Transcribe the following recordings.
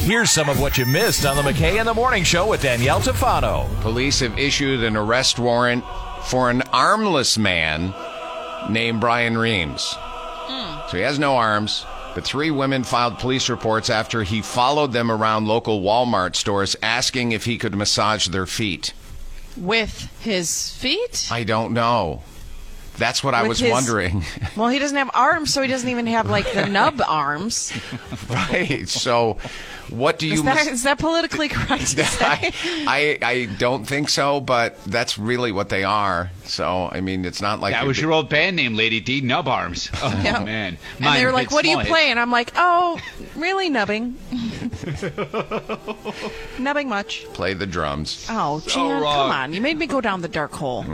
Here's some of what you missed on the McKay in the Morning Show with Danielle Tafano. Police have issued an arrest warrant for an armless man named Brian Reams. Hmm. So he has no arms. The three women filed police reports after he followed them around local Walmart stores asking if he could massage their feet. With his feet? I don't know. That's what I With was his- wondering. Well, he doesn't have arms, so he doesn't even have like the nub arms. right. So what do you Is that, mas- is that politically correct to I, say? I I don't think so, but that's really what they are. So I mean, it's not like That you're was be- your old band name, Lady D. Nub Arms. Oh Yeah. man. And they were like, Vince "What do you Lloyd. play?" And I'm like, "Oh, really nubbing, nubbing much." play the drums. Oh, Gina, wrong. come on! You made me go down the dark hole.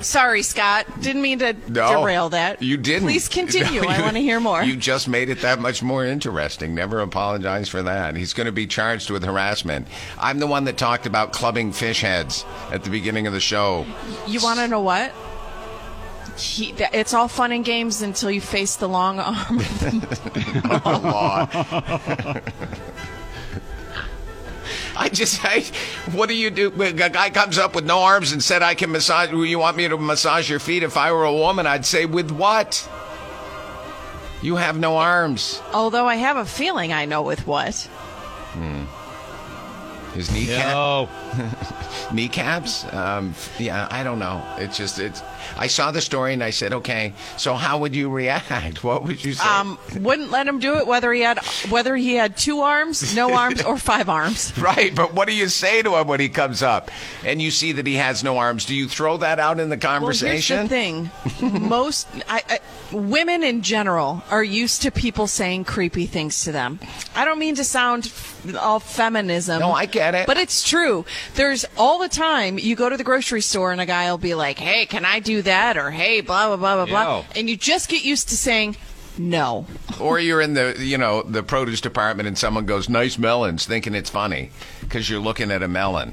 Sorry, Scott. Didn't mean to Mm-hmm. No, derail that. You didn't. Please continue. I want to hear more. You just made it that much more interesting. Never apologize for that. He's going to be charged with harassment. I'm the one that talked about clubbing fish heads at the beginning of the show. You want to know what? He, th- it's all fun and games until you face the long arm. I just, I, what do you do? A guy comes up with no arms and said, "I can massage. You want me to massage your feet?" If I were a woman, I'd say, "With what?" You have no arms. Although I have a feeling I know with what. His kneecap. No. kneecaps. Um, yeah, I don't know. It's just it's. I saw the story and I said, okay. So how would you react? What would you say? Um, wouldn't let him do it whether he had whether he had two arms, no arms, or five arms. right, but what do you say to him when he comes up and you see that he has no arms? Do you throw that out in the conversation? Well, here's the thing: most I, I, women in general are used to people saying creepy things to them. I don't mean to sound f- all feminism. No, I get it. but it's true. There's all the time you go to the grocery store and a guy will be like, "Hey, can I do that?" or "Hey, blah blah blah blah blah," Yeah. and you just get used to saying no. or you're in the you know the produce department and someone goes, "Nice melons," thinking it's funny because you're looking at a melon.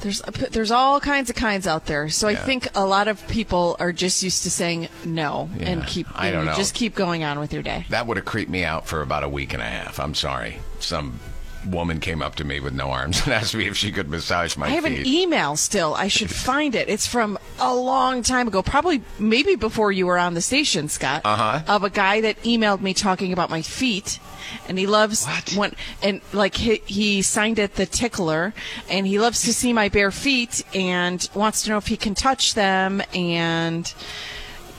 There's there's all kinds of kinds out there. So I think a lot of people are just used to saying no Yeah, and keep I you don't know. just keep going on with your day. That would have creeped me out for about a week and a half. I'm sorry. Some woman came up to me with no arms and asked me if she could massage my I have feet. an email still. I should find it. It's from a long time ago, probably maybe before you were on the station, Scott. Uh-huh. Of a guy that emailed me talking about my feet, and he loves What? when and like he, he signed it the tickler, and he loves to see my bare feet and wants to know if he can touch them and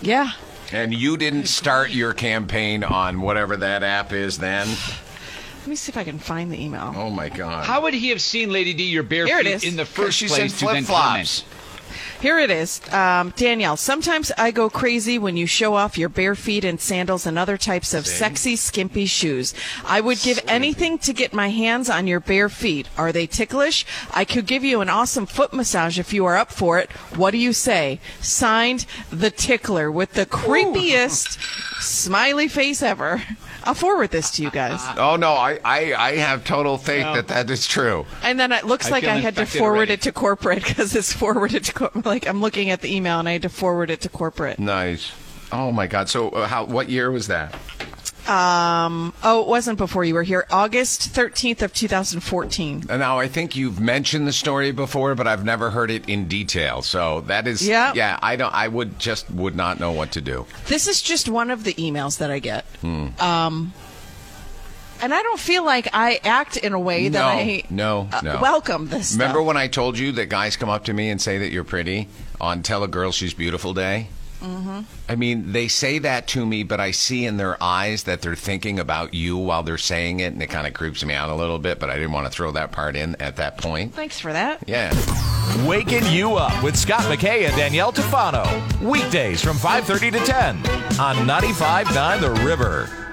yeah. And you didn't start your campaign on whatever that app is then? Let me see if I can find the email. Oh my God. How would he have seen Lady D your bare Here it feet is. in the 'Cause first she's in place to then flip-flops. comment? Here it is. Um, Danielle, sometimes I go crazy when you show off your bare feet and sandals and other types of sexy, skimpy shoes. I would give anything to get my hands on your bare feet. Are they ticklish? I could give you an awesome foot massage if you are up for it. What do you say? Signed, The Tickler, with the creepiest smiley face ever. I'll forward this to you guys. Oh no, I, I, I have total faith that that is true. And then it looks I like feel I had to infected forward already. it to corporate because it's forwarded to cor- like I'm looking at the email and I had to forward it to corporate. Nice. Oh my God. So uh, how? What year was that? Um, oh, it wasn't before you were here. August 13th of 2014. And Now I think you've mentioned the story before, but I've never heard it in detail. So that is. Yeah. Yeah. I don't. I would just would not know what to do. This is just one of the emails that I get. Hmm. Um, and I don't feel like I act in a way that No, I no, uh, no. welcome this. stuff. Remember when I told you that guys come up to me and say that you're pretty on Tell a Girl She's Beautiful Day? Mm-hmm. I mean, they say that to me, but I see in their eyes that they're thinking about you while they're saying it, and it kind of creeps me out a little bit, but I didn't want to throw that part in at that point. Thanks for that. Yeah. Waking you up with Scott McKay and Danielle Tafano. Weekdays from 5:30 to 10 on 95.9 The River.